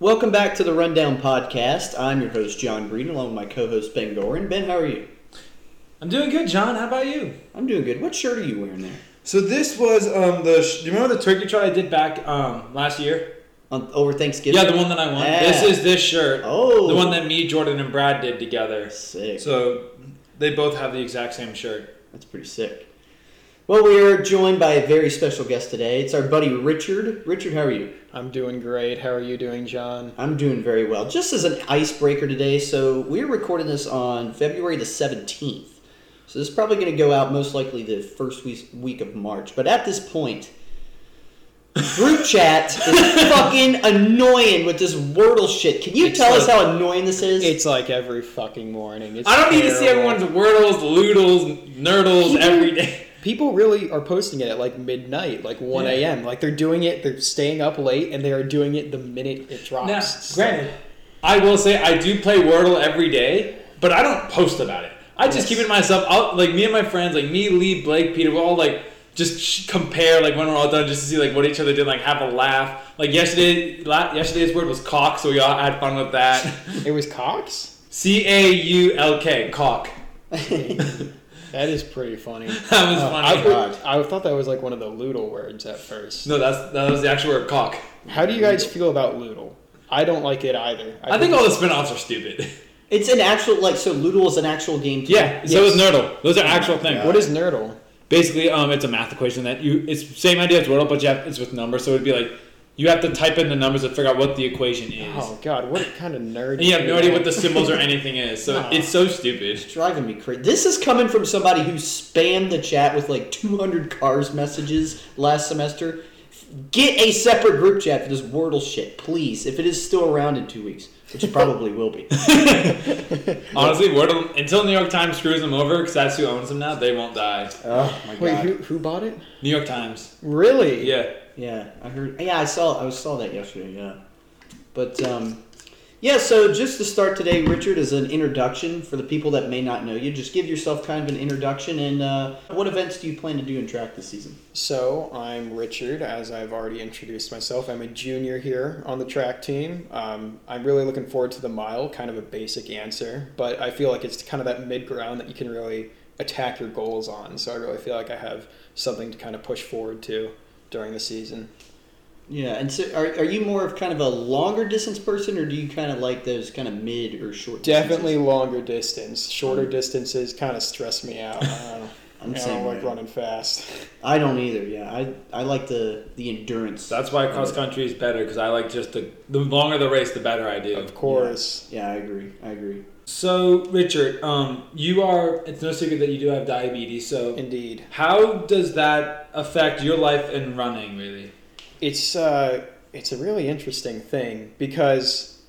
Welcome back to the Rundown Podcast. I'm your host, John Green, along with my co host, Ben Doran. Ben, how are you? I'm doing good, John. How about you? I'm doing good. What shirt are you wearing there? So this was um the. Sh- do you remember the turkey trot I did back um last year? On, over Thanksgiving? Yeah, the one that I won. Yeah. This is this shirt. Oh. The one that me, Jordan, and Brad did together. Sick. So they both have the exact same shirt. That's pretty sick. Well, we are joined by a very special guest today. It's our buddy Richard. Richard, how are you? I'm doing great. How are you doing, John? I'm doing very well. Just as an icebreaker today, so we're recording this on February the 17th. So this is probably going to go out most likely the first week, week of March. But at this point, group chat is fucking annoying with this Wordle shit. Can you It's tell us like- how annoying this is? It's like every fucking morning. It's I don't need to see terrible. everyone's wordles, loodles, nerdles every day. People really are posting it at like midnight, like 1 Yeah. a.m. Like they're doing it, they're staying up late, and they are doing it the minute it drops. Now, It's like- granted, I will say I do play Wordle every day, but I don't post about it. I just Yes. keep it to myself. I'll, like me and my friends, like me, Lee, Blake, Peter, we'll all like just sh- compare like when we're all done, just to see like what each other did, like have a laugh. Like yesterday, la- yesterday's word was cock, so we all had fun with that. It was Cox? C A U L K, cock. That is pretty funny. That was Uh, funny. I, would- I thought that was like one of the Loodle words at first. No, that's that was the actual word cock. How do you guys feel about Loodle? I don't like it either. I think all the spin-offs are stupid. It's an actual like so Loodle is an actual game. Too. Yeah, so Yes. is Nerdle. Those are actual things. What is Nerdle? basically um, it's a math equation that you it's same idea as Wordle, but you have, it's with numbers. So it'd be like you have to type in the numbers to figure out what the equation is, Oh god, what kind of nerd? and you have do no idea that? what the symbols or anything is. So No. it's so stupid. It's driving me crazy. This is coming from somebody who spammed the chat with like 200 cars messages last semester. Get a separate group chat for this Wordle shit, please. If it is still around in two weeks, which it probably will be. Honestly, Wordle until New York Times screws them over because that's who owns them now. They won't die. Oh my god. Wait, who, who bought it? New York Times. Really? Yeah. Yeah, I heard. Yeah, I saw. I saw that yesterday. Yeah, but um, yeah. So just to start today, Richard, as an introduction for the people that may not know you, just give yourself kind of an introduction and uh, what events do you plan to do in track this season? So I'm Richard, as I've already introduced myself. I'm a junior here on the track team. Um, I'm really looking forward to the mile, kind of a basic answer, but I feel like it's kind of that mid ground that you can really attack your goals on. So I really feel like I have something to kind of push forward to during the season. Yeah, and so are, are you more of kind of a longer distance person, or do you kind of like those kind of mid or short? distances? Definitely longer distance. Shorter distances kind of stress me out. I don't, know. Mm-hmm. I'm the I same don't like way. running fast. I don't either. Yeah, I I like the the endurance. That's why cross country is better because I like just the the longer the race, the better I do. Of course. yeah, I agree. I agree. So Richard, um, you are. It's no secret that you do have diabetes. So Indeed. how does that affect your life in running? Really? it's uh, it's a really interesting thing because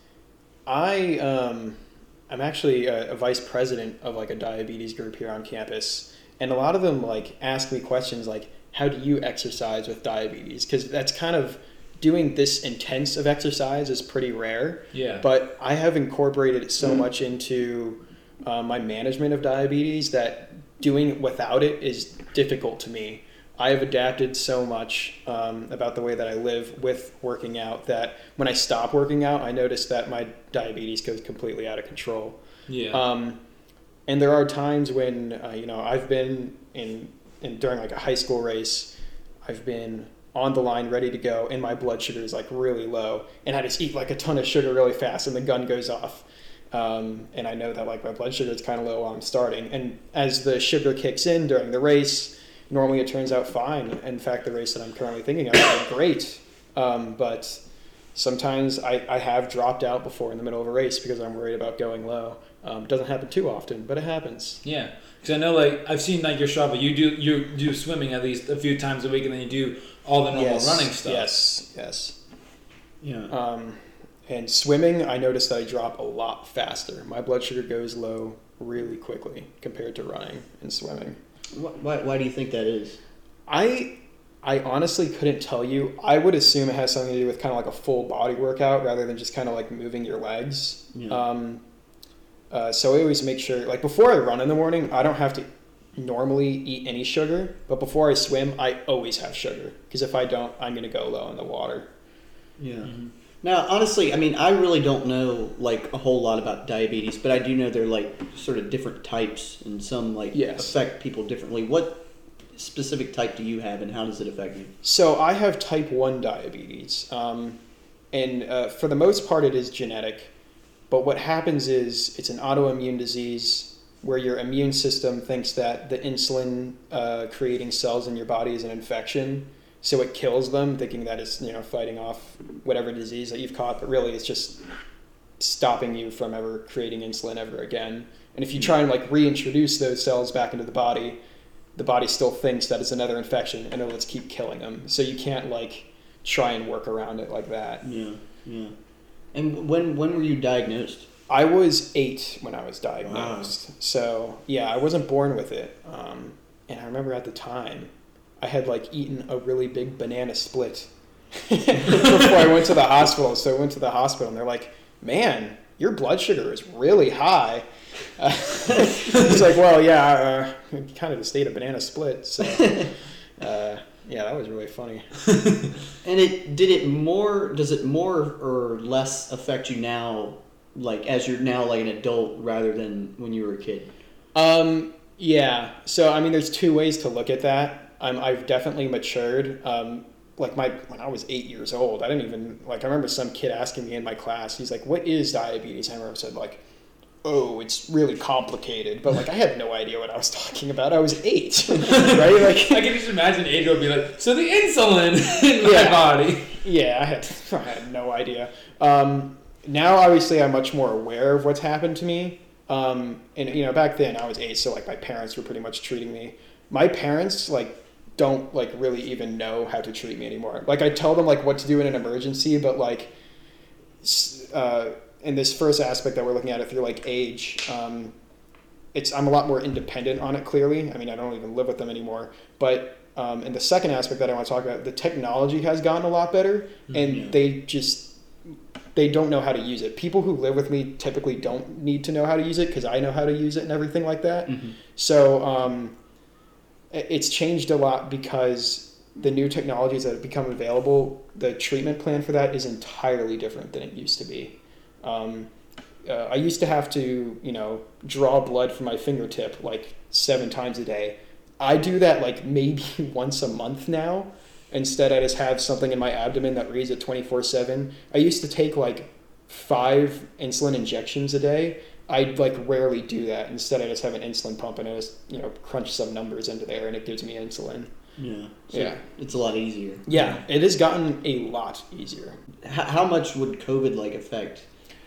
I um, I'm actually a, a vice president of like a diabetes group here on campus, and a lot of them like ask me questions like, "How do you exercise with diabetes?" Because that's kind of doing this intense of exercise is pretty rare. Yeah. But I have incorporated it so much into uh, my management of diabetes that doing it without it is difficult to me. I have adapted so much um, about the way that I live with working out that when I stop working out, I notice that my diabetes goes completely out of control. yeah. Um, and there are times when uh, you know I've been in, in during like a high school race, I've been on the line ready to go, and my blood sugar is like really low, and I just eat like a ton of sugar really fast, and the gun goes off. Um, and I know that like my blood sugar is kind of low while I'm starting, and as the sugar kicks in during the race, normally it turns out fine. In fact, the race that I'm currently thinking of is great, um, but sometimes I, I have dropped out before in the middle of a race because I'm worried about going low. Um, doesn't happen too often, but it happens. Yeah, because I know like I've seen like your Strava. You do you do swimming at least a few times a week, and then you do all the normal running stuff. Yes, yes. Yeah. Um, and swimming, I notice that I drop a lot faster. My blood sugar goes low really quickly compared to running and swimming. Wh- Why, why do you think that is? I I honestly couldn't tell you. I would assume it has something to do with kind of like a full body workout rather than just kind of like moving your legs. Yeah. Um, uh, so I always make sure, like before I run in the morning, I don't have to normally eat any sugar, but before I swim, I always have sugar because if I don't, I'm gonna go low in the water. Yeah. Now, honestly, I mean, I really don't know like a whole lot about diabetes, but I do know they're like sort of different types, and some like Yes. affect people differently. What specific type do you have, and how does it affect you? So I have type 1 diabetes. Um, and uh, for the most part, it is genetic. But what happens is it's an autoimmune disease where your immune system thinks that the insulin uh, creating cells in your body is an infection. So it kills them, thinking that it's you know fighting off whatever disease that you've caught, but really it's just stopping you from ever creating insulin ever again. And if you try and like reintroduce those cells back into the body, the body still thinks that it's another infection and it'll just keep killing them. So you can't like try and work around it like that. Yeah, yeah. And when when were you diagnosed? I was eight when I was diagnosed. So yeah, I wasn't born with it. Um, and I remember at the time, I had like eaten a really big banana split before I went to the hospital. So I went to the hospital and they're like, "Man, your blood sugar is really high." Uh, it's like, well, yeah, uh, kind of just ate a banana split. So uh, yeah, that was really funny. And it did it more? Does it more or less affect you now? Like as you're now like an adult rather than when you were a kid. Um, yeah. So I mean, there's two ways to look at that. Um, I've definitely matured. Um, like my when I was eight years old, I didn't even like. I remember some kid asking me in my class. He's like, "What is diabetes?" I remember I said like, "Oh, it's really complicated." But like, I had no idea what I was talking about. I was eight, right? Like, I can just imagine Adriel be like, so the insulin in my Yeah. body. Yeah, I had, I had no idea. Um, now, obviously, I'm much more aware of what's happened to me. Um, and you know, back then I was eight, so like my parents were pretty much treating me. My parents like don't like really even know how to treat me anymore. Like I tell them like what to do in an emergency, but like s- uh, in this first aspect that we're looking at it through like age, um, it's I'm a lot more independent on it. Clearly, I mean I don't even live with them anymore. But um, and the second aspect that I want to talk about, the technology has gotten a lot better, and Mhm. they just they don't know how to use it. People who live with me typically don't need to know how to use it because I know how to use it and everything like that. So um, i- it's changed a lot because the new technologies that have become available, the treatment plan for that is entirely different than it used to be. Um, uh, I used to have to, you know, draw blood from my fingertip like seven times a day. I do that like maybe once a month now. Instead, I just have something in my abdomen that reads it 24 7. I used to take like five insulin injections a day. I like rarely do that. Instead, I just have an insulin pump and I just, you know, crunch some numbers into there and it gives me insulin. Yeah. Yeah. It's a lot easier. Yeah, it has gotten a lot easier. How, how much would COVID like affect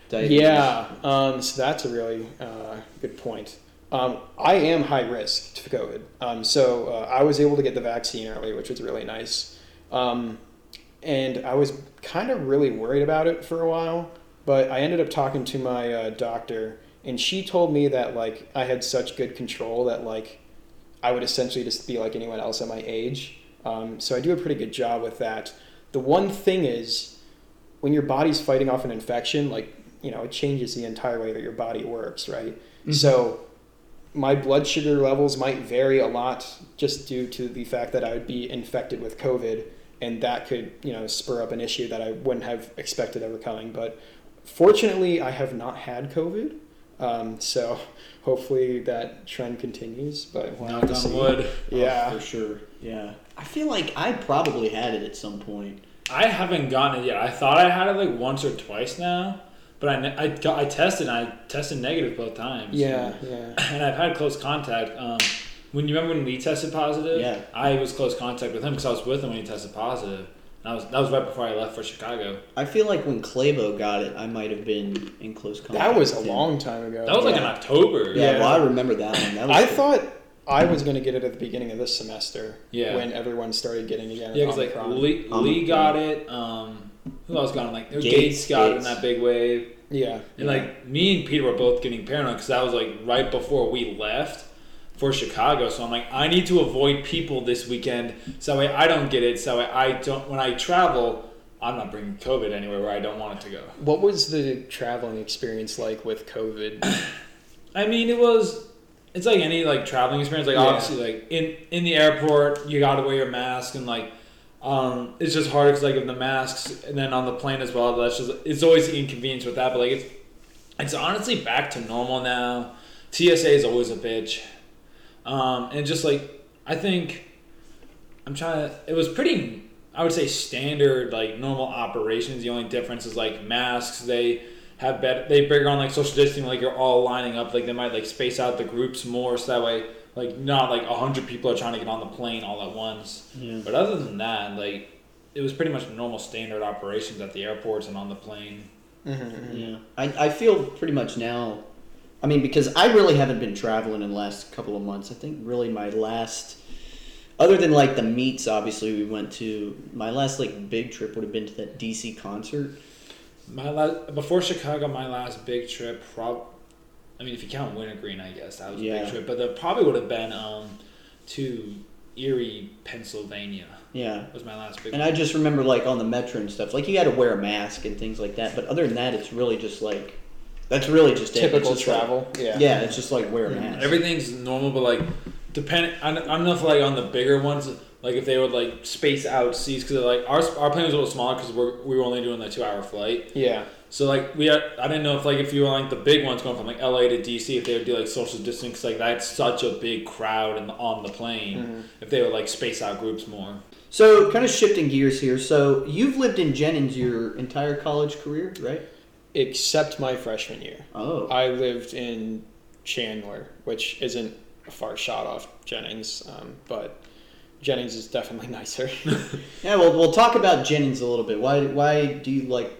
diabetes? Yeah, um, so that's a really uh, good point. Um, I am high risk to COVID, um, so uh, I was able to get the vaccine early, which was really nice. Um, and I was kind of really worried about it for a while, but I ended up talking to my uh, doctor, and she told me that like I had such good control that like I would essentially just be like anyone else at my age. Um, so I do a pretty good job with that. The one thing is, when your body's fighting off an infection, like you know, it changes the entire way that your body works, right? So my blood sugar levels might vary a lot just due to the fact that I would be infected with COVID, and that could you know spur up an issue that I wouldn't have expected ever coming. But fortunately, I have not had COVID. Um, so hopefully that trend continues, but we'll have Knock to on see. Would Oh, Yeah. for sure. Yeah. I feel like I probably had it at some point. I haven't gotten it yet. I thought I had it like once or twice now, but I, ne- I, got, I tested and I tested negative both times. Yeah, yeah. And I've had close contact. Um, when you remember when Lee tested positive? Yeah. I was close contact with him because I was with him when he tested positive. And I was, that was right before I left for Chicago. I feel like when Clavo got it, I might have been in close contact. That was a with him. long time ago. That was like in Yeah. October. Yeah, Yeah. well, I remember that one. That was I the- thought I was going to get it at the beginning of this semester. Yeah. When everyone started getting again. Yeah, because like Omicron. Lee, Omicron. Lee got it. Um, who else got it? Like Gates, Gates, got Gates. it in that big wave. yeah. And like me and Peter were both getting paranoid because that was like right before we left for Chicago. So I'm like, I need to avoid people this weekend so that way I don't get it. So that way I don't. When I travel, I'm not bringing COVID anywhere where I don't want it to go. What was the traveling experience like with COVID? I mean, it was. It's like any like traveling experience. Like Yeah. obviously, like in in the airport, you got to wear your mask and like. Um, it's just hard because like of the masks, and then on the plane as well. That's just it's always inconvenience with that. But like it's it's honestly back to normal now. TSA is always a bitch, um, and just like I think I'm trying to. It was pretty. I would say standard like normal operations. The only difference is like masks. They have better. They bring on like social distancing. Like you're all lining up. Like they might like space out the groups more so that way like not like hundred people are trying to get on the plane all at once. But other than that, like it was pretty much normal standard operations at the airports and on the plane. mm-hmm. Yeah. I, I feel pretty much now. I mean, because I really haven't been traveling in the last couple of months. I think really my last, other than like the meets, obviously we went to. My last like big trip would have been to that DC concert. My last before Chicago, my last big trip. Prob, I mean, if you count Wintergreen, I guess that was a Yeah. big trip. But that probably would have been um, to Erie, Pennsylvania. Yeah. That was my last big. And I just remember like on the metro and stuff, like you got to wear a mask and things like that. But other than that, it's really just like that's really just it. It's Typical just, like- travel. yeah. yeah. it's just like wear a mask. Everything's normal, but like, depend. I don't I don't know if like on the bigger ones, like if they would like space out seats because like our our plane was a little smaller because we're we were only doing the two hour flight. Yeah. So like we had, I didn't know if like if you were like the big ones going from like LA to DC if they would do like social distancing 'cause, like that's such a big crowd and on the plane Mm-hmm. if they would like space out groups more. so kind of shifting gears here. So you've lived in Jennings your entire college career, right? Except my freshman year. Oh, I lived in Chandler, which isn't a far shot off Jennings, um, but Jennings is definitely nicer. yeah. Well, we'll talk about Jennings a little bit. Why why do you like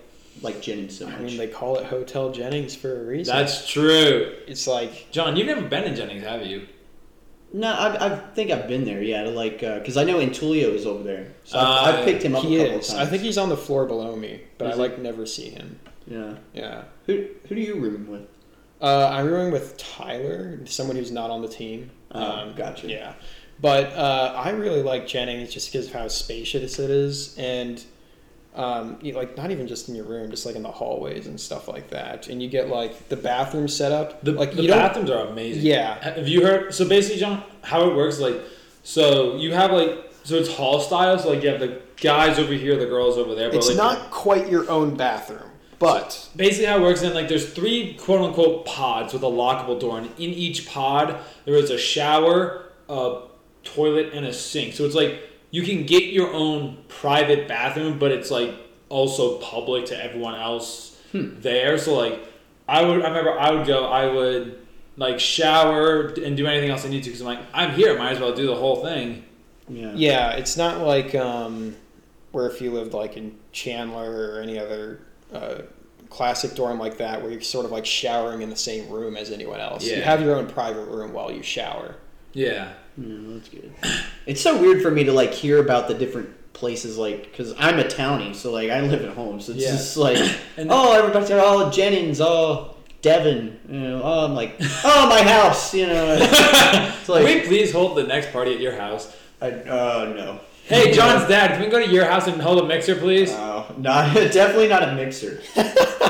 like Jennings so much? I mean, they call it Hotel Jennings for a reason. That's true, it's like John. You've never been in Jennings, have you? no, I, I think I've been there. Yeah, to like because I know Intulio is over there, so I've, Uh, I've picked him up he a couple is. I times. think he's on the floor below me, but Is I he? like never see him. yeah. Yeah. Who who do you room with? Uh, I'm rooming with Tyler, someone who's not on the team. Um, Oh, gotcha. Yeah, but uh, I really like Jennings just because of how spacious it is, and um, you, like not even just in your room, just like in the hallways and stuff like that. And you get like the bathroom set up, The, like the you don't. bathrooms are amazing. Yeah. Have you heard? So basically, John, how it works, like, so you have like, so it's hall style. So like, you have the guys over here, the girls over there. But It's like, not quite your own bathroom, but basically how it works. Then like, there's three quote unquote pods with a lockable door, and in each pod there is a shower, a toilet, and a sink. So it's like you can get your own private bathroom, but it's like also public to everyone else there. So like, I would I remember I would go I would like shower and do anything else I need to because I'm like I'm here might as well do the whole thing. Yeah. yeah, it's not like um, where if you lived like in Chandler or any other. Uh, classic dorm like that where you're sort of like showering in the same room as anyone else you Yeah. have your own private room while you shower Yeah. Yeah, that's good. It's so weird for me to like hear about the different places, like because I'm a townie, so like I live at home, so it's Yeah. just like, And- oh, everybody's like, oh, Jennings, oh, Devon, you know, oh, I'm like, oh, my house, you know, it's Can like, we please hold the next party at your house? I, oh no, Hey, John's dad, can we go to your house and hold a mixer, please? no, not definitely not a mixer.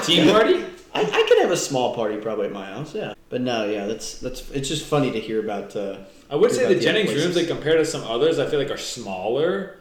Team party? I, I could have a small party probably at my house, yeah, but no, yeah, that's that's it's just funny to hear about. Uh, I would Hear say about the the other Jennings rooms, places. like compared to some others, I feel like are smaller.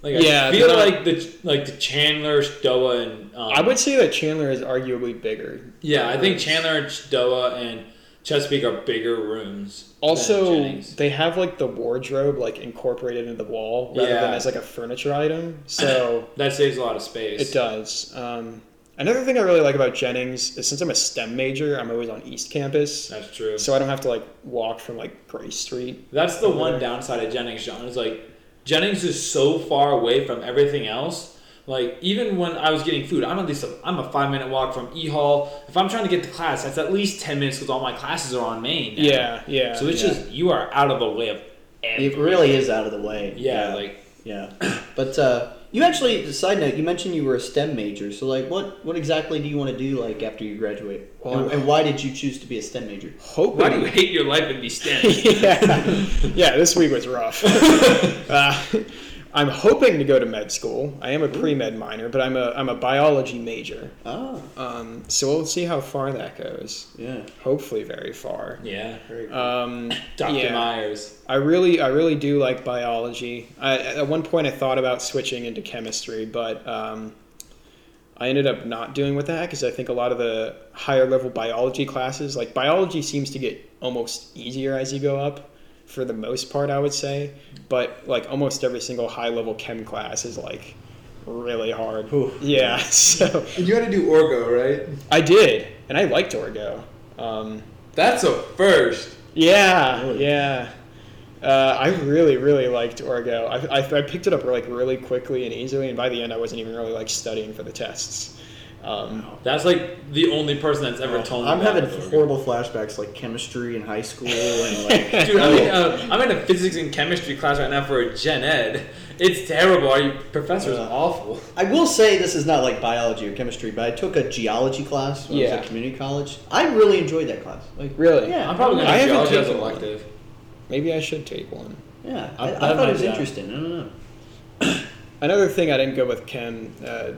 Like I Yeah, feel they're not- like the like the Chandler, Doa, and um, I would say that Chandler is arguably bigger. yeah, I think Chandler, Doa, and Chesapeake are bigger rooms. than Also, Jennings. they have like the wardrobe like incorporated into the wall rather Yeah. than as like a furniture item, so that saves a lot of space. it does. Um, another thing I really like about Jennings is since I'm a STEM major, I'm always on East Campus, That's true. so I don't have to like walk from like Gray Street. That's the one there. downside of Jennings, John. Is like Jennings is so far away from everything else. Like even when I was getting food, I'm at least a, I'm a five minute walk from E Hall. If I'm trying to get to class, that's at least ten minutes because all my classes are on Main. now. Yeah, yeah. So it's Yeah. just you are out of the way of it everything. really is out of the way. Yeah, like Yeah, but uh, you actually, side note, you mentioned you were a STEM major. So, like, what what exactly do you want to do like after you graduate? Well, and, I'm- and why did you choose to be a STEM major? hoping. why do you hate your life and be STEM? yeah. yeah, this week was rough. uh, I'm hoping to go to med school. I am a pre med minor, but I'm a I'm a biology major. Oh, Um, so we'll see how far that goes. yeah. Hopefully, very far. Yeah. Very cool. Um, Dr. yeah. Myers. I really, I really do like biology. I, at one point, I thought about switching into chemistry, but um, I ended up not doing with that because I think a lot of the higher level biology classes, like biology, seems to get almost easier as you go up, for the most part, I would say. But like almost every single high level chem class is like really hard. Oof. Yeah, so You had to do Orgo, right? I did, and I liked Orgo. Um, That's a first. yeah, Really? yeah. Uh, I really, really liked Orgo. I, I, I picked it up like really quickly and easily, and by the end, I wasn't even really like studying for the tests. Um, That's like the only person that's ever told me I'm that having about Orgo. horrible flashbacks, like chemistry in high school, and like Dude, I'm in, a, I'm in a physics and chemistry class right now for a gen ed. It's terrible. Our professor's Yeah. awful. I will say this is not like biology or chemistry, but I took a geology class when I was Yeah. at community college. I really enjoyed that class. Like Really? yeah, I'm probably I gonna do haven't geology as taken elective. maybe I should take one. Yeah, I- I, I, I thought might it was do. interesting. I don't know. Another thing I didn't go with chem, uh,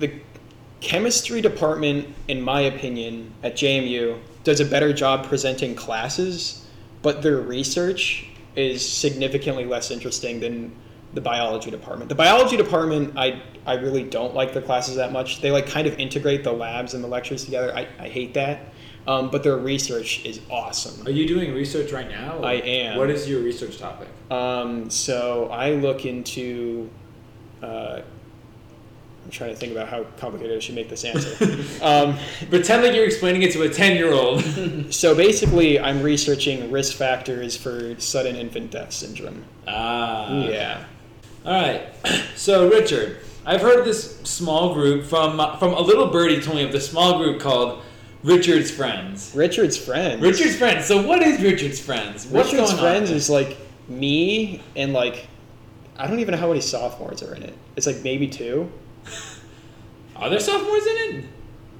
the chemistry department, in my opinion, at JMU does a better job presenting classes, but their research is significantly less interesting than the biology department. The biology department, I I really don't like their classes that much. They like kind of integrate the labs and the lectures together. I, I hate that, um, but their research is awesome. Are you doing research right now? I am. What is your research topic? Um, so I look into. Uh, I'm trying to think about how complicated I should make this answer. um, Pretend like you're explaining it to a 10 year old. so basically, I'm researching risk factors for sudden infant death syndrome. Um, ah. yeah. All right. So Richard, I've heard of this small group from uh, from a little birdie told me of this small group called Richard's Friends. Richard's friends. Richard's Friends. So what is Richard's Friends? What's Richard's going friends on? is like me and like I don't even know how many sophomores are in it. It's like maybe two. Are there sophomores in it?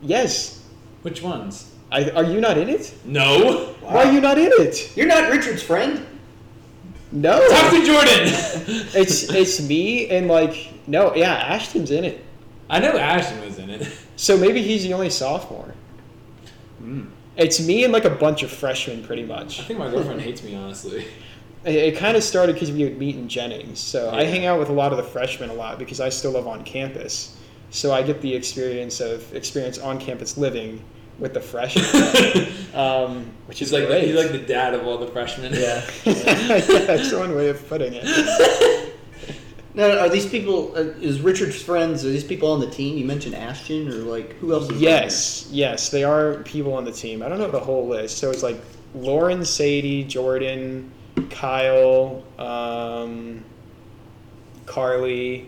Yes. Which ones? I, are you not in it? No. Why are you not in it? You're not Richard's friend. No. Talk to Jordan. it's it's me and like no yeah Ashton's in it. I know Ashton was in it. So maybe he's the only sophomore. Hmm. It's me and like a bunch of freshmen, pretty I much. think my girlfriend hates me, honestly. It, it kind of started because we would meet in Jennings. So I Yeah. hang out with a lot of the freshmen a lot because I still live on campus. So I get the experience of experience on campus living with the freshmen, um, which She's is like the, great. he's like the dad of all the freshmen. That's one way of putting it. Now, are these people? Uh, is Richard's friends? Are these people on the team? You mentioned Ashton, or like who else? Is on Yes, yes, they are people on the team. I don't know the whole list. So it's like Lauren, Sadie, Jordan, Kyle, um, Carly.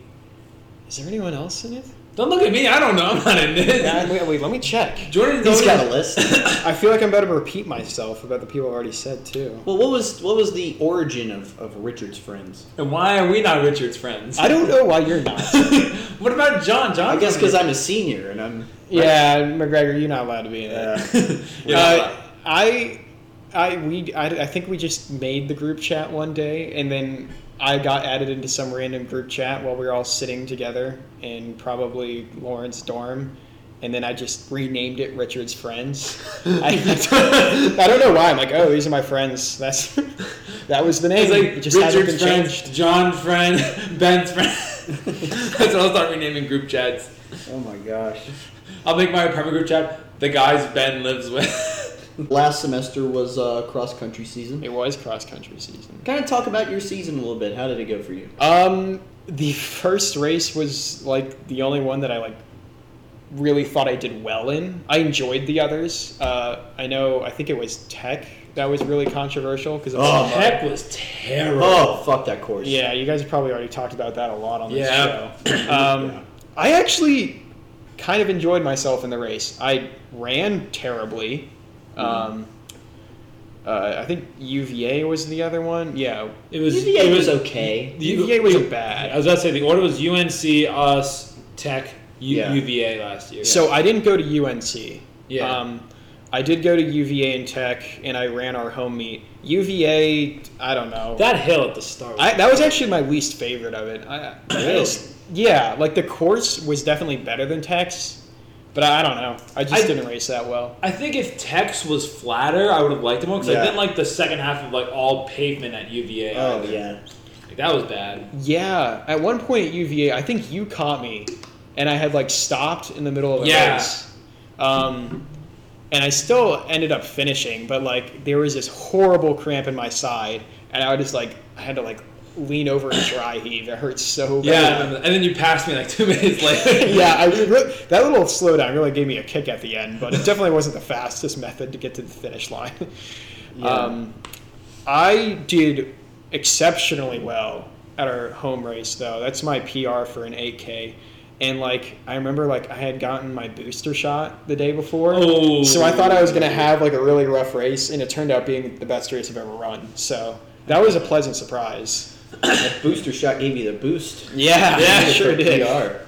Is there anyone else in it? Don't look at me. I don't know. I'm not in this. Yeah, wait, wait, let me check. Jordan's there? He's always- got a list. I feel like I'm about to repeat myself about the people I already said too. well, what was what was the origin of, of Richard's friends? And why are we not Richard's friends? I don't know why you're not. what about John? John? I guess because I'm a senior and I'm yeah, McGregor, you're not allowed to be in it. uh, yeah. Uh, I, I, we, I, I think we just made the group chat one day, and then I got added into some random group chat while we were all sitting together in probably Lauren's dorm, and then I just renamed it Richard's Friends. I, I, don't, I don't know why. I'm like, oh, these are my friends. That's that was the name. It's like it just hasn't been Richard's friend, changed. John friend, Ben's friend. That's what I'll start renaming group chats. oh my gosh. I'll make my apartment group chat the guys Ben lives with. Last semester was uh, cross country season. It was cross country season. Kind of talk about your season a little bit. How did it go for you? Um, the first race was like the only one that I like really thought I did well in. I enjoyed the others. Uh, I know. I think it was Tech that was really controversial because Oh, Heck was terrible. Oh, fuck that course. yeah, you guys have probably already talked about that a lot on this Yeah. show. Um, I actually kind of enjoyed myself in the race. I ran terribly. Mm. Um, uh, I think UVA was the other one. Yeah, It was UVA it was was okay. UVA was bad. I was about to say the order was UNC, us, Tech, U- Yeah. UVA last year. So I didn't go to UNC. Yeah. Um, I did go to UVA and Tech, and I ran our home meet. UVA, I don't know. That hill at the start. I, that was actually my least favorite of it. I, I Really? just- yeah, like the course was definitely better than Tex, but I, I don't know. I just I- didn't race that well. I think if Tex was flatter, I would have liked him more because Yeah. I didn't like the second half of like all pavement at UVA. Oh yeah. Like, that was bad. Yeah, at one point at UVA, I think you caught me, and I had like stopped in the middle of a Yeah. race. Um, and I still ended up finishing, but like there was this horrible cramp in my side, and I would just like I had to like lean over and dry heave. It hurt so Yeah, I bad. remember that. and then you passed me like two minutes later. yeah, I re- re- that little slowdown really gave me a kick at the end, but it definitely wasn't the fastest method to get to the finish line. Um, I did exceptionally well at our home race, though. That's my PR for an 8K. And like I remember, like I had gotten my booster shot the day before, Oh. so I thought I was gonna have like a really rough race, and it turned out being the best race I've ever run. So that was a pleasant surprise. That booster shot gave you the boost. Yeah, yeah, For sure did. PR.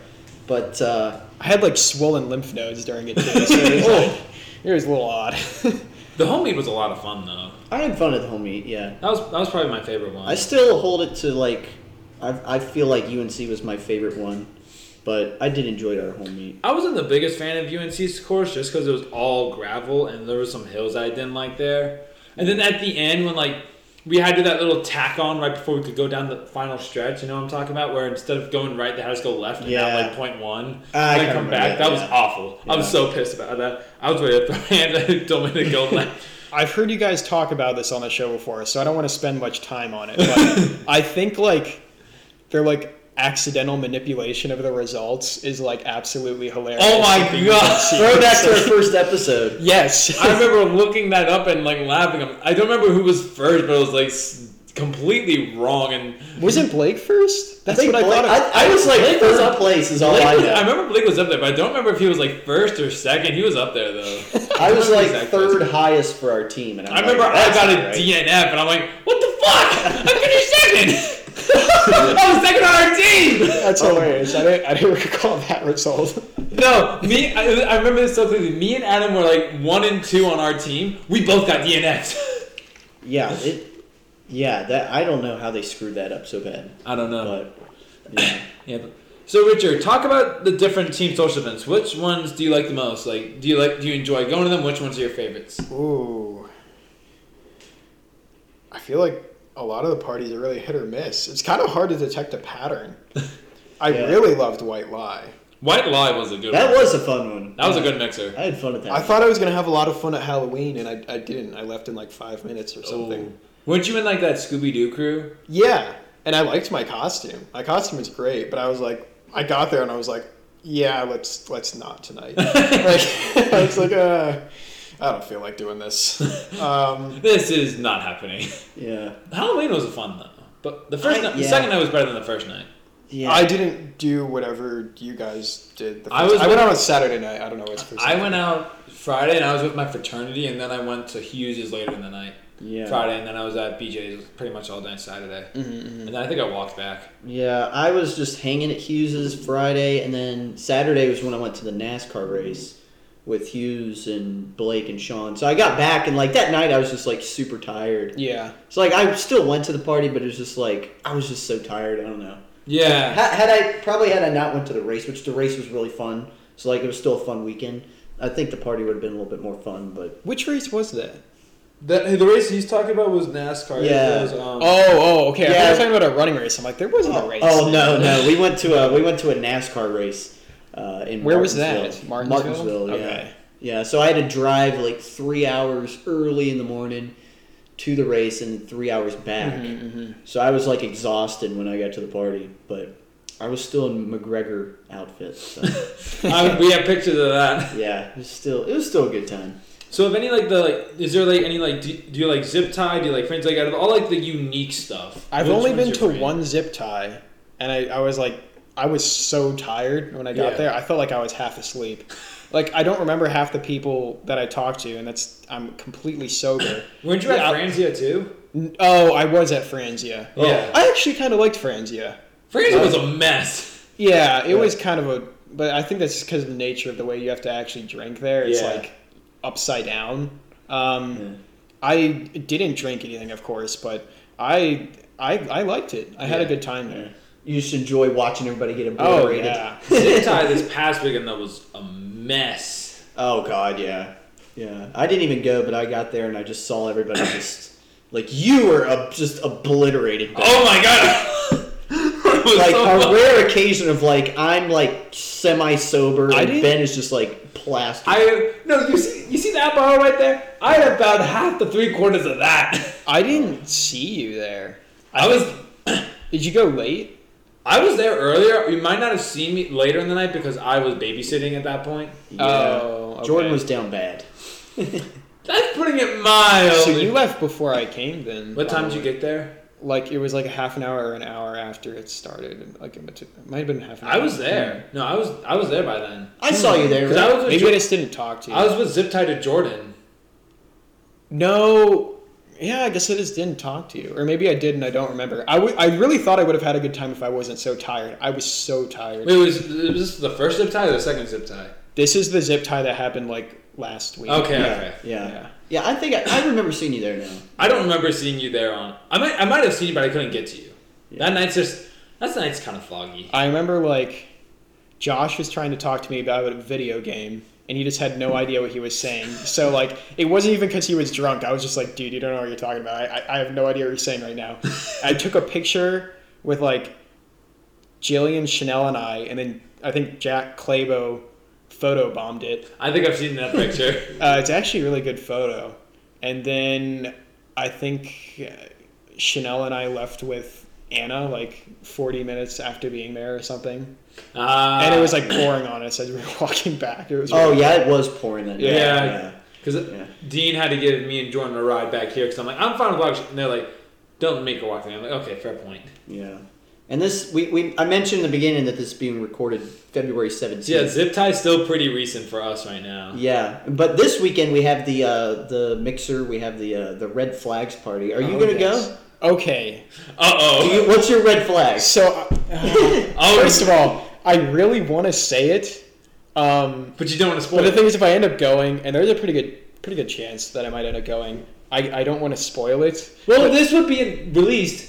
But uh, I had like swollen lymph nodes during it too, so it was, like, it was a little odd. the home meet was a lot of fun though. I had fun at the home meet. Yeah. That was that was probably my favorite one. I still hold it to like, I, I feel like UNC was my favorite one, but I did enjoy our home meet. I wasn't the biggest fan of UNC's course just because it was all gravel and there was some hills I didn't like there. And then at the end, when like we had to do that little tack on right before we could go down the final stretch, you know what I'm talking about? Where instead of going right, they had us go left and Yeah. Ah, down like point one. I and kinda then come remember back. that, That was yeah. awful. I was Yeah. so pissed about that. I was ready to throw hands and it told me to go left. I've heard you guys talk about this on the show before, so I don't want to spend much time on it. But I think like they're like accidental manipulation of the results is like absolutely hilarious. Oh my Something you God. don't see. Throwback to our first episode. Yes. I remember looking that up and like laughing. I don't remember who was first, but it was like s- completely wrong. And Wasn't Blake first? That's think what I Blake- thought. Of. I, I was like Blake was third up- place is all Blake I was- know. I remember Blake was up there, but I don't remember if he was like first or second. He was up there though. I was remember like exact third place. highest for our team, and I'm I remember like, I "That's got not a right." DNF, and I'm like, what the fuck? I finished second. I was second on our team. That's hilarious. I didn't, I didn't recall that result. No, me. I, I remember this so clearly. Me and Adam were like one and two on our team. We both got DNFs. Yeah, it. Yeah, that I don't know how they screwed that up so bad, I don't know. but yeah. Yeah. but- So Richard, talk about the different team social events. Which ones do you like the most? Like, do you like do you enjoy going to them? Which ones are your favorites? Ooh. I feel like a lot of the parties are really hit or miss. It's kind of hard to detect a pattern. I Yeah. really loved White Lie. White Lie was a good. That one. was a fun one. that was a good mixer. I had fun at that. I one. thought I was going to have a lot of fun at Halloween, and I, I didn't. I left in like five minutes or something. Oh. Weren't you in like that Scooby Doo crew? Yeah, and I liked my costume. My costume was great, but I was like, I got there and I was like, yeah, let's let's not tonight. like, I was like, uh, I don't feel like doing this. Um, This is not happening. yeah, Halloween was fun though, but the first I- night, the yeah. second night was better than the first night. yeah. I didn't do whatever you guys did. The I first- was I went with- out on Saturday night. I don't know what's. for I went out Friday and I was with my fraternity, and then I went to Hughes's later in the night yeah. Friday, and then I was at BJ's pretty much all day Saturday, Mm-hmm, and then I think I walked back. Yeah, I was just hanging at Hughes's Friday, and then Saturday was when I went to the NASCAR race with Hughes and Blake and Sean. So I got back, and like that night, I was just like super tired. Yeah, So like I still went to the party, but it was just like I was just so tired. I don't know. Yeah. Had, had I probably had I not went to the race, which the race was really fun. So like it was still a fun weekend. I think the party would have been a little bit more fun, but which race was that? The, the race he's talking about was um, NASCAR. Yeah. was, Oh, oh, okay. I thought you Yeah. were talking about a running race. I'm like, there wasn't a oh, race. oh, no no we went to a we went to a NASCAR race. Uh, in Where was Martinsville. that? Martinsville? Martinsville, yeah. Okay. Yeah, so I had to drive like three hours early in the morning to the race and three hours back. Mm-hmm. So I was like exhausted when I got to the party, but I was still in McGregor outfit. So I, we have pictures of that. yeah, it was still it was still a good time. So, if any like the like, is there like any like do, do you like zip tie? Do you like friends like out of all like the unique stuff? I've which only one's been your to favorite? one zip tie, and I, I was like, I was so tired when I got Yeah. there. I felt like I was half asleep. Like I don't remember half the people that I talked to, and that's I'm completely sober. Weren't you at Yeah. Franzia too? N- oh, I was at Franzia. Yeah. I actually kind of liked Franzia. Franzia was a mess. Yeah, it was kind of a, but I think that's because of the nature of the way you have to actually drink there. It's Yeah. like upside down. Um, Yeah. I didn't drink anything, of course, but I I, I liked it. I had a Yeah. good time there. You just enjoy watching everybody get Oh obliterated. yeah, Ziptie this past weekend though was a mess. Oh god, yeah, yeah. I didn't even go, but I got there and I just saw everybody just like you were ob- just obliterated. Oh my god. It was like so a fun. rare occasion of like I'm like semi sober I and didn't- Ben is just like plastered. I no, you see you see that bar right there? I had about half the three quarters of that. I didn't see you there. I was Did you go late? I was there earlier. You might not have seen me later in the night because I was babysitting at that point. Yeah. Oh, okay. Jordan was down bad. That's putting it mildly. So you left before I came, then. what time did you get there? Like it was like a half an hour or an hour after it started. and, Like it might it might have been half. an hour. I was there. No, I was I was there by then. I saw you there. 'Cause I right? was with Maybe Jo- I just didn't talk to you. I was with zip tied to Jordan. No. Yeah, I guess I just didn't talk to you. Or maybe I did and I don't remember. I, w- I really thought I would have had a good time if I wasn't so tired. I was so tired. Wait, was, was this the first zip tie or the second zip tie? This is the zip tie that happened like last week. Okay, yeah, okay. yeah, yeah, Yeah. I think I, I remember seeing you there now. I don't remember seeing you there on. I might I might have seen you, but I couldn't get to you. That night's just that night's kind of foggy. I remember like Josh was trying to talk to me about a video game and he just had no idea what he was saying. So like it wasn't even because he was drunk. I was just like, dude, you don't know what you're talking about. I, I, I have no idea what you're saying right now. I took a picture with like Jillian Chanel and I, and then I think Jack Clabo photo bombed it. I think I've seen that picture. Uh, it's actually a really good photo. And then I think uh, Chanel and I left with Anna like 40 minutes after being there or something. Uh, And it was like pouring on us as we were walking back. It was Oh yeah, it was pouring that. night. Yeah. yeah. because yeah. Dean had to give me and Jordan a ride back here because I'm like I'm fine with walking. And they're like, don't make her walk there. I'm like, okay, fair point. Yeah. And this, we, we I mentioned in the beginning that this is being recorded February 17th. So yeah, zip tie's still pretty recent for us right now. Yeah. But this weekend we have the uh, the mixer, we have the uh, the red flags party. Are you Oh, going to yes. Okay. Uh go? Do oh. you- what's your red flag? So, uh, Oh, first of all, I really want to say it. Um, but you don't want to spoil but the it. thing is, if I end up going, and there's a pretty good, pretty good chance that I might end up going, I, I don't want to spoil it. Well, this would be released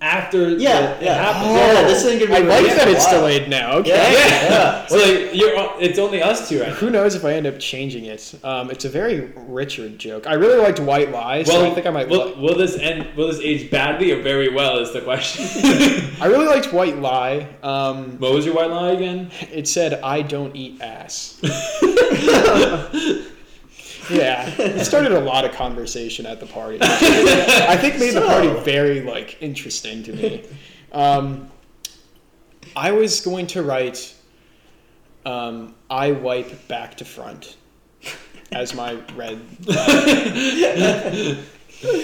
after Yeah, the, yeah. it happens. Yeah, this isn't going to Oh, I be like released that for a it's while. delayed now. Okay. Yeah. Yeah. So like, you're, it's only us two right now. Who knows if I end up changing it? Um, it's a very Richard joke. I really liked White Lies, so I think I might. Will, li- will this end? Will this age badly or very well? Is the question. I really liked White Lie. Um, what was your white lie again? it said, "I don't eat ass." yeah, it started a lot of conversation at the party. I think made the party So- very like interesting to me. Um, I was going to write, um, "I wipe back to front." As my red That's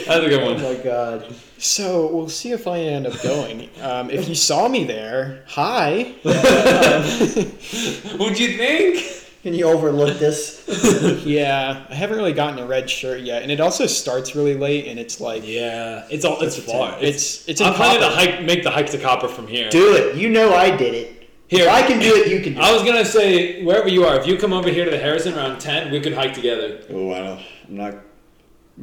a good Oh one. my god. So we'll see if I end up going. Um, if you saw me there, hi. Would you think? Can you overlook this? Yeah, I haven't really gotten a red shirt yet, and it also starts really late, and it's like Yeah, it's all it's far. it's Oh, it's I'm planning to impossible. hike, make the hike to Copper from here. Do it. You know I did it. Here. If I can do it, you can do I was gonna say wherever you are, if you come over here to the Harrison around ten, we could hike together. it. Oh, I don't. I'm not.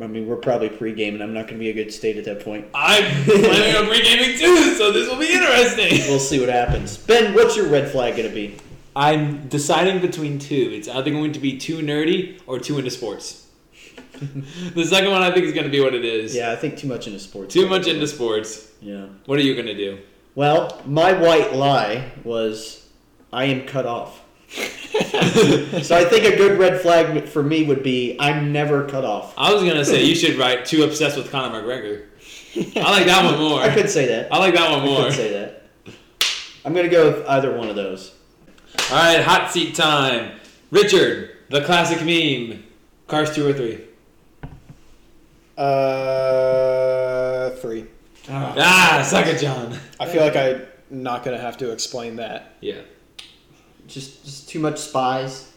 I mean, we're probably pre-gaming. I'm not going to be a good state at that point. I'm planning on regaming too, so this will be interesting. We'll see what happens. Ben, what's your red flag going to be? I'm deciding between two. It's either going to be too nerdy or too into sports. the second one I think is gonna be what it is. Yeah, I think too much into sports. Too much into sports. Yeah. What are you gonna do? Well, my white lie was I am cut off. so I think a good red flag for me would be I'm never cut off. I was gonna say you should write too obsessed with Conor McGregor. I like that one more. I could say that. I like that one I more. could say that. I'm gonna go with either one of those. All right, hot seat time. Richard, the classic meme. Cars two or three. Uh, three. Ah, suck it, John. I feel like I'm not gonna have to explain that. Yeah. Just, just too much spies.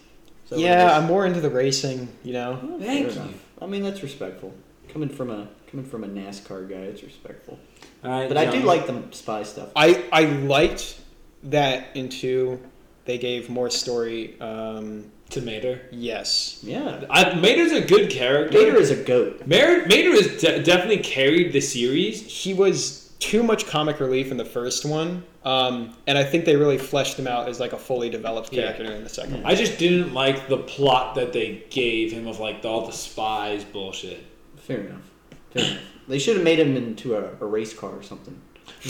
So Yeah, I'm more into the racing. You know, Thank you. I mean that's respectful. Coming from a coming from a NASCAR guy, it's respectful. All right, But I do like the spy stuff. I I liked that in two. They gave more story um, to Mater. Yes. Yeah. I, Mater's a good character. Gator is a goat. Mater, Mater has de- definitely carried the series. He was too much comic relief in the first one, um, and I think they really fleshed him out as like a fully developed Yeah. character in the second one. I just didn't like the plot that they gave him of like all the spies bullshit. Fair enough. Fair enough. They should have made him into a, a race car or something.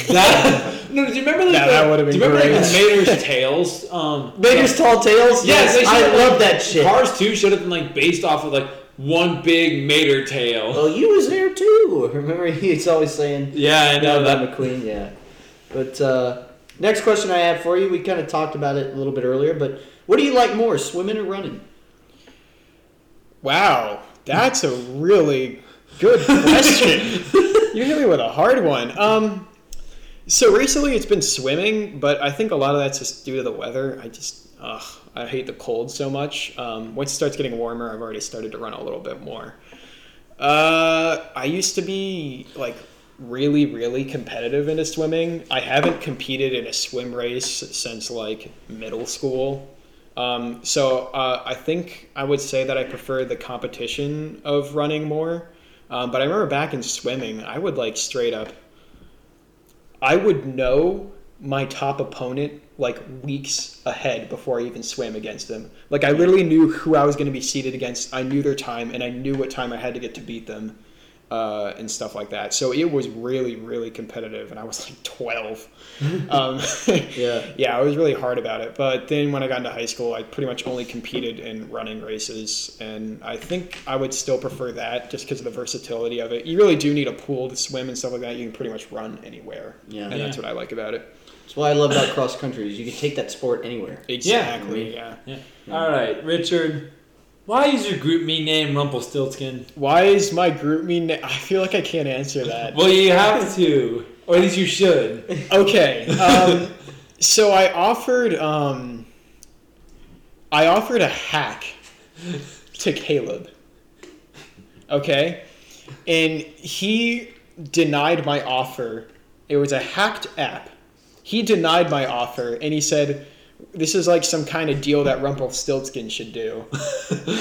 That no, do you remember like That- the, that would've do you been remember like great. Mater's tales? Um, Baker's Tall Tales? Yes, they I should've, love like, that shit. Cars two should have been like based off of like one big Mater tale. Oh, you was there too. Remember, he's always saying, Yeah, I know about that. McQueen, yeah. But uh, next question I have for you, we kind of talked about it a little bit earlier, but what do you like more, swimming or running? Wow, that's a really good question. you hit me with a hard one. Um, so recently it's been swimming, but I think a lot of that's just due to the weather. I just, ugh, I hate the cold so much. Um, once it starts getting warmer, I've already started to run a little bit more. Uh, I used to be like really, really competitive into swimming. I haven't competed in a swim race since like middle school. Um, so uh, I think I would say that I prefer the competition of running more. Um, but I remember back in swimming, I would like straight up, I would know my top opponent like weeks ahead before I even swam against them. Like I literally knew who I was going to be seated against. I knew their time and I knew what time I had to get to beat them uh, and stuff like that. So it was really, really competitive. And I was like 12. um, Yeah. yeah, I was really hard about it. But then when I got into high school, I pretty much only competed in running races, and I think I would still prefer that just because of the versatility of it. You really do need a pool to swim and stuff like that. You can pretty much run anywhere, Yeah. and that's what I like about it. That's what I love about cross country is you can take that sport anywhere. Exactly. Yeah. All right, Richard. Why is your group me name Rumpelstiltskin? Why is my group me? Na- I feel like I can't answer that. Well, you have to, or at least you should. okay. Um, so I offered, um, I offered a hack to Caleb. Okay, and he denied my offer. It was a hacked app. He denied my offer, and he said, "This is like some kind of deal that Rumpelstiltskin should do."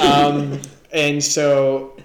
um, and so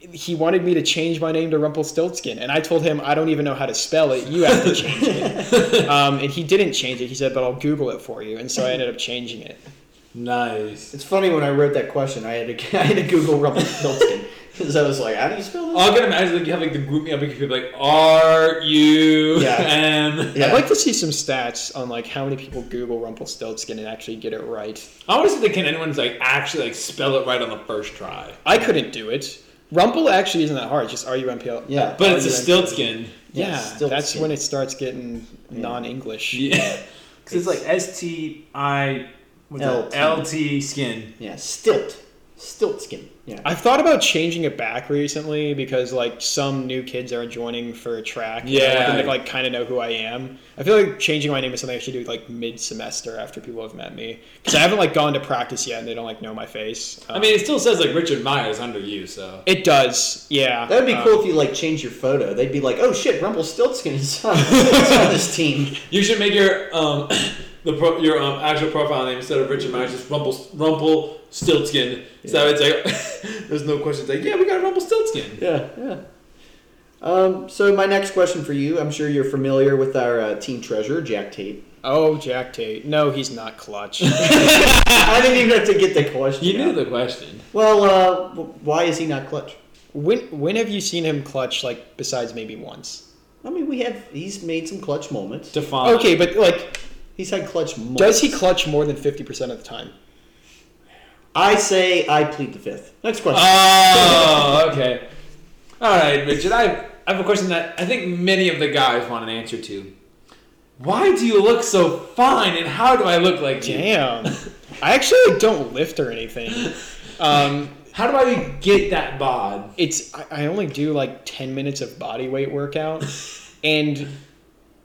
he wanted me to change my name to Rumpelstiltskin, and I told him I don't even know how to spell it. You have to change it. Um, and he didn't change it. He said, "But I'll Google it for you." And so I ended up changing it. Nice. It's funny when I wrote that question, I had to, I had to Google Rumpelstiltskin because I was like, how do you spell this? All I can imagine like you have like the group me up and people like R U Yeah. M. yeah. I'd like to see some stats on like how many people Google Rumpelstiltskin and actually get it right. I want to see like, can anyone's like actually like spell it right on the first try. I couldn't do it. Rumple actually isn't that hard. It's just R U M P L. yeah. But it's a Yeah. Stiltskin. Yeah, Yeah, that's Stiltskin. when it starts getting non-English. Yeah. Because it's like S T I LT. L T skin. Yeah, stilt. Stiltskin. Yeah. I've thought about changing it back recently because like some new kids are joining for track. and I want Yeah. them to like kind of know who I am. I feel like changing my name is something I should do like mid semester after people have met me because I haven't like gone to practice yet and they don't like know my face. I mean, it still says like Richard Myers under you, so. it does. Yeah, That would be Uh, Um, cool if you like change your photo. They'd be like, "Oh shit, Rumpelstiltskin is on, is on this team." You should make your um the pro, your um actual profile name instead of Richard Myers just Rumple Rumple Stiltskin. So it's like there's no question. It's like yeah, we got Rumple Stiltskin. Yeah, yeah. Um, so my next question for you, I'm sure you're familiar with our uh, team treasurer, Jack Tate. Oh, Jack Tate. No, he's not clutch. I didn't even have to get the question. You knew out. the question. Well, uh, w- why is he not clutch? when when have you seen him clutch? Like besides maybe once. I mean, we have he's made some clutch moments. Define. okay, but like, He's had clutch moments. does he clutch more than fifty percent of the time? I say I plead the fifth. Next Uh. question. Oh, okay. All right, Richard. I have, I have a question that I think many of the guys want an answer to. Why do you look so fine, and how do I look like you? Damn. I actually don't lift or anything. Um, How do I get that bod? it's I I only do like ten minutes of body weight workout, and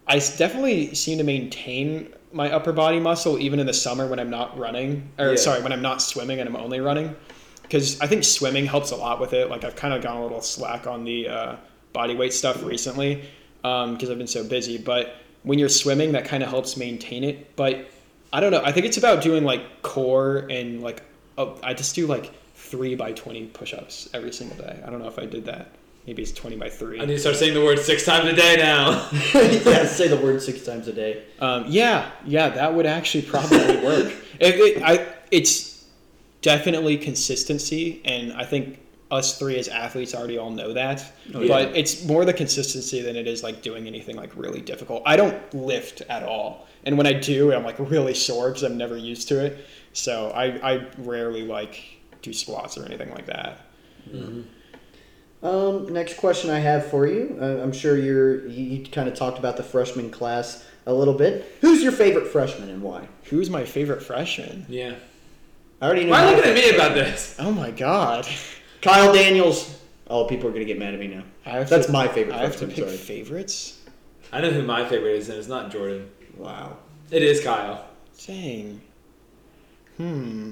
I s- definitely seem to maintain my upper body muscle even in the summer when I'm not running or Yeah. sorry when I'm not swimming and I'm only running because I think swimming helps a lot with it. Like I've kind of gone a little slack on the uh, body weight stuff recently because I've been so busy. But when you're swimming, that kind of helps maintain it. But I don't know. I think it's about doing like core and like oh, I just do like three by twenty push-ups every single day. I don't know if I did that. Maybe it's twenty by three. I need to start saying the word six times a day now. yeah, say the word six times a day. Um, yeah, yeah, that would actually probably work. It, it, I, it's definitely consistency, and I think us three as athletes already all know that. Oh, yeah. But it's more the consistency than it is like doing anything like really difficult. I don't lift at all, and when I do, I'm like really sore because I'm never used to it. So I, I rarely like do squats or anything like that. Um, next question I have for you. Uh, I'm sure you're you, you kind of talked about the freshman class a little bit. Who's your favorite freshman and why? Who's my favorite freshman? yeah. I already know. Why my are you looking at me favorite about freshman. this? Oh my god, Kyle Daniels. Oh, people are gonna get mad at me now. I have That's to- my favorite I have to freshman. Sorry. pick favorites. I know who my favorite is, and it's not Jordan. wow. It is Kyle. Dang. Hmm.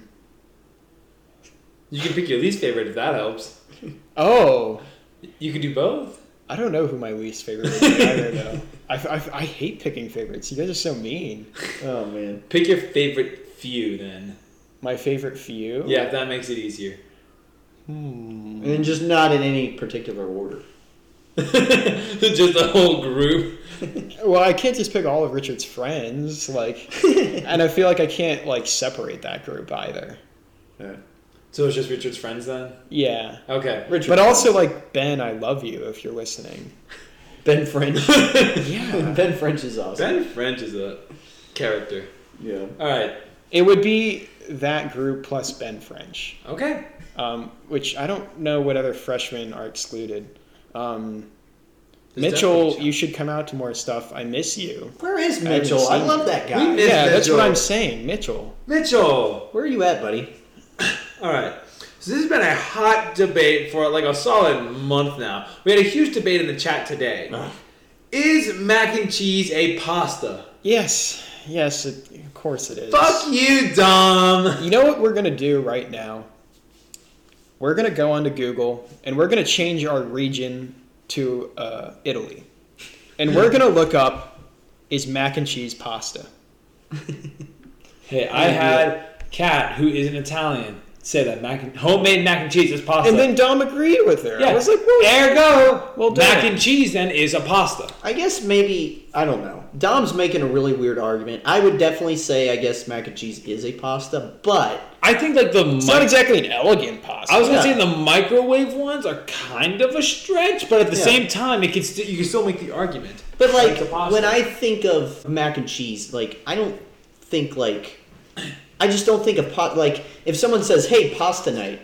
You can pick your least favorite if that helps. Oh, You could do both. I don't know who my least favorite is either, though. I, I, I hate picking favorites. You guys are so mean. Oh man. Pick your favorite few then. My favorite few? Yeah, if that makes it easier. Hmm. And just not in any particular order. Just the whole group. Well, I can't just pick all of Richard's friends, like, and I feel like I can't like separate that group either. Yeah. So it's just Richard's friends then? Yeah. Okay. Richard. But also, like Ben, I love you if you're listening. Ben French. Yeah. ben French is awesome. Ben French is a character. Yeah. All right. It would be that group plus Ben French. Okay. um, which I don't know what other freshmen are excluded. Um, There's Mitchell, definitely you should come out to more stuff. I miss you. Where is Mitchell? I seen love that guy. We miss- Is yeah, that's what Mitchell- I'm saying, Mitchell. Mitchell. Where are you at, buddy? All right. So this has been a hot debate for like a solid month now. We had a huge debate in the chat today. Is mac and cheese a pasta? Yes, yes, it, of course it is. Fuck you, Dom. You know what we're gonna do right now? We're gonna go onto Google and we're gonna change our region to uh, Italy, and we're gonna look up is mac and cheese pasta. Hey, I had Kat, who is an Italian, say that mac and, homemade mac and cheese is pasta. And then Dom agreed with her. I yeah, was like, "Whoa." ergo, Well done. mac and cheese then is a pasta. I guess maybe I don't know. Dom's making a really weird argument. I would definitely say I guess mac and cheese is a pasta, but I think like the It's not exactly an elegant pasta. I was gonna Yeah. say the microwave ones are kind of a stretch, but at the Yeah. same time, it can sti- you can still make the argument. but like It's a pasta. when I think of mac and cheese, like I don't think like I just don't think of pot like if someone says, "Hey, pasta night."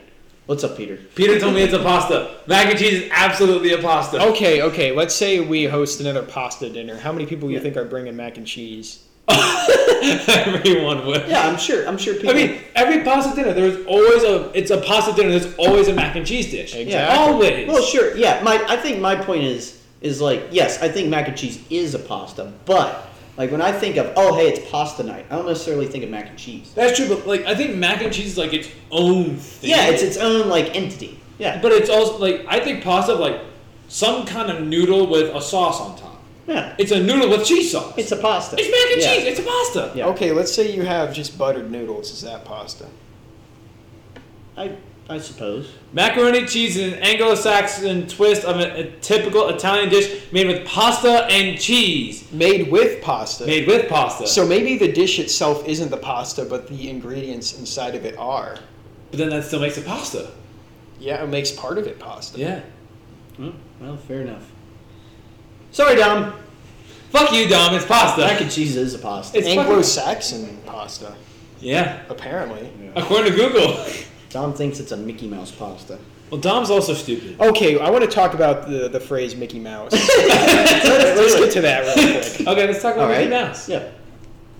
What's up, Peter? Peter told me it's a pasta. Mac and cheese is absolutely a pasta. Oh. Okay, okay. Let's say we host another pasta dinner. How many people do you Yeah. think are bringing mac and cheese? Everyone would. Yeah, I'm sure. I'm sure people. I mean, every pasta dinner, there's always a. It's a pasta dinner. There's always a mac and cheese dish. Exactly. Always. well, sure. Yeah, my I think my point is is like yes, I think mac and cheese is a pasta, but like when I think of oh hey, it's pasta night, I don't necessarily think of mac and cheese. That's true, but like I think mac and cheese is like its own thing. Yeah, it's its own like entity. Yeah, But it's also like I think pasta like some kind of noodle with a sauce on top. yeah, It's a noodle with cheese sauce. it's a pasta. It's mac and Yeah. cheese. It's a pasta. Yeah. Okay, let's say you have just buttered noodles. Is that pasta? I I suppose. Macaroni and cheese is an Anglo-Saxon twist of a, a typical Italian dish made with pasta and cheese. Made with pasta. Made with pasta. So maybe the dish itself isn't the pasta, but the ingredients inside of it are. but then that still makes it pasta. Yeah, it makes part of it pasta. Yeah. Oh, well, fair enough. Sorry, Dom. Fuck you, Dom. It's pasta. Mac and cheese is a pasta. It's fucking- Anglo-Saxon pasta, yeah. apparently. According to Google. Dom thinks it's a Mickey Mouse pasta. Well, Dom's also stupid. Okay, I want to talk about the, the phrase Mickey Mouse. let's, let's get to that real quick. Okay, let's talk about All right. Oh, Mickey Mouse. Yeah.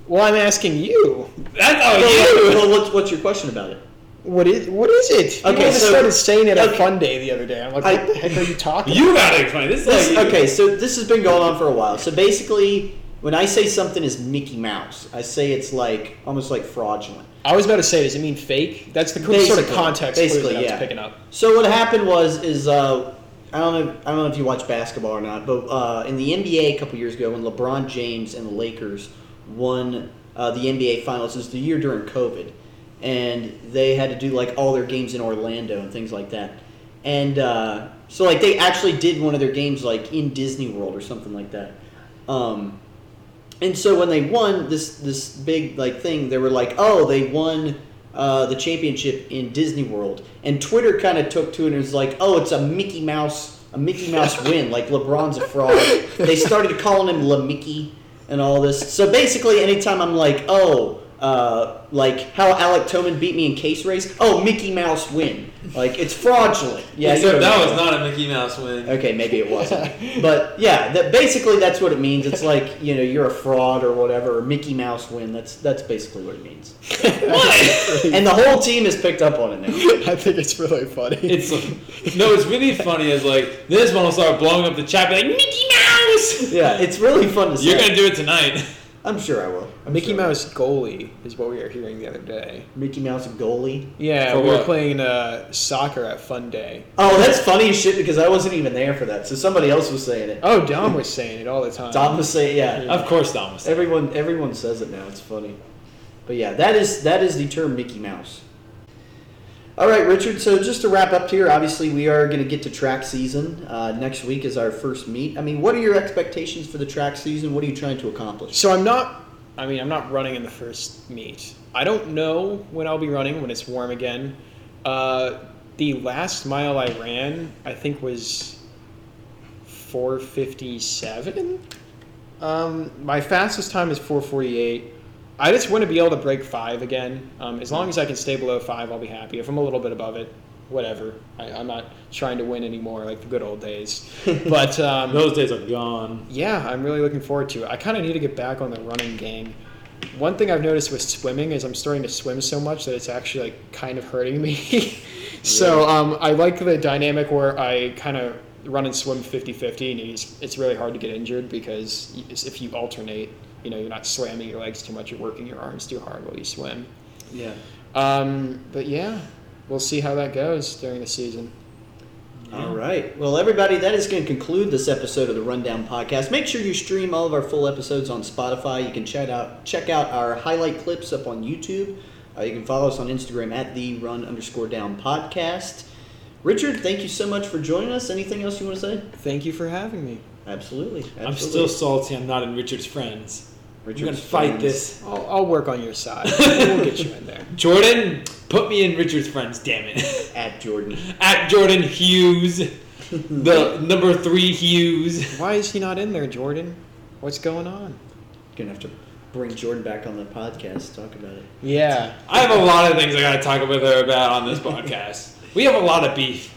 Well, I'm asking you. That's Well, oh you. well, what's, what's your question about it? What is what is it? Okay, Okay, so- started saying it okay. at Fun Day the other day. I'm like, I- what the heck are you talking? You gotta explain this. This- Is like okay, so this has been going on for a while. So basically, when I say something is Mickey Mouse, I say it's like almost like fraudulent. I was about to say, does it mean fake? That's the cl- sort of Basically- context clues basically, that I was yeah. picking up. So what happened was is uh, I don't know I don't know if you watch basketball or not, but uh, in the NBA a couple years ago when LeBron James and the Lakers won uh, the NBA Finals, it was the year during COVID, and they had to do like all their games in Orlando and things like that. And uh, so like they actually did one of their games like in Disney World or something like that. Um, and so when they won this this big like thing, they were like, "Oh, they won uh, the championship in Disney World." And Twitter kind of took to it and was like, "Oh, it's a Mickey Mouse a Mickey Mouse win. Like LeBron's a fraud." They started calling him La Mickey and all this. So basically, anytime I'm like, "Oh," uh, like how Alec Toman beat me in case race, "Oh, Mickey Mouse win." Like it's fraudulent. Yeah, Except you know that what I was mean. not a Mickey Mouse win. Okay, maybe it wasn't. but yeah, that basically that's what it means. It's like, you know, you're a fraud or whatever, or Mickey Mouse win. That's that's basically what it means. And the whole team has picked up on it now. I think it's really funny. It's no, it's really funny. Is like this one will start blowing up the chat, be like Mickey Mouse. Yeah, it's really fun to see. You're gonna do it tonight. I'm sure I will. I'm Mickey sure. Mouse goalie is what we were hearing the other day. Mickey Mouse goalie. Yeah, For we were what? playing uh, soccer at Fun Day. Oh, that's funny as shit because I wasn't even there for that. So somebody else was saying it. Oh, Dom was saying it all the time. Dom was saying yeah. Of course, Dom was. Everyone everyone says it now. It's funny. But yeah, that is that is the term Mickey Mouse. All right, Richard. So just to wrap up here, obviously we are going to get to track season. Uh, next week is our first meet. I mean, what are your expectations for the track season? What are you trying to accomplish? So I'm not. I mean, I'm not running in the first meet. I don't know when I'll be running when it's warm again. Uh, the last mile I ran, I think, was 4:57. Um, my fastest time is 4:48. I just want to be able to break five again. Um, as long as I can stay below five, I'll be happy. If I'm a little bit above it, whatever. I, I'm not trying to win anymore, like the good old days. But um, Those days are gone. yeah, I'm really looking forward to it. I kind of need to get back on the running game. One thing I've noticed with swimming is I'm starting to swim so much that it's actually like kind of hurting me. so um, I like the dynamic where I kind of run and swim 50-50 and it's, it's really hard to get injured because y- it's- if you alternate, you know, you're not slamming your legs too much, you're working your arms too hard while you swim. Yeah. Um, but yeah, we'll see how that goes during the season. All right. Well, everybody, that is going to conclude this episode of the Rundown Podcast. Make sure you stream all of our full episodes on Spotify. You can check out check out our highlight clips up on YouTube. Uh, you can follow us on Instagram at the Run underscore Down Podcast. Richard, thank you so much for joining us. Anything else you want to say? Thank you for having me. Absolutely. Absolutely. I'm still salty. I'm not in Richard's friends. Richard's We're gonna fight friends. this. I'll, I'll work on your side. we'll get you in there. Jordan, put me in Richard's friends. Damn it. at Jordan. At Jordan Hughes, the number three Hughes. Why is he not in there, Jordan? What's going on? Gonna have to bring Jordan back on the podcast. Talk about it. Yeah. I have a lot of things I gotta talk with her about on this podcast. We have a lot of beef.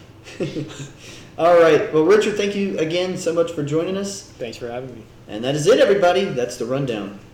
All right. Well, Richard, thank you again so much for joining us. Thanks for having me. And that is it, everybody. That's the rundown.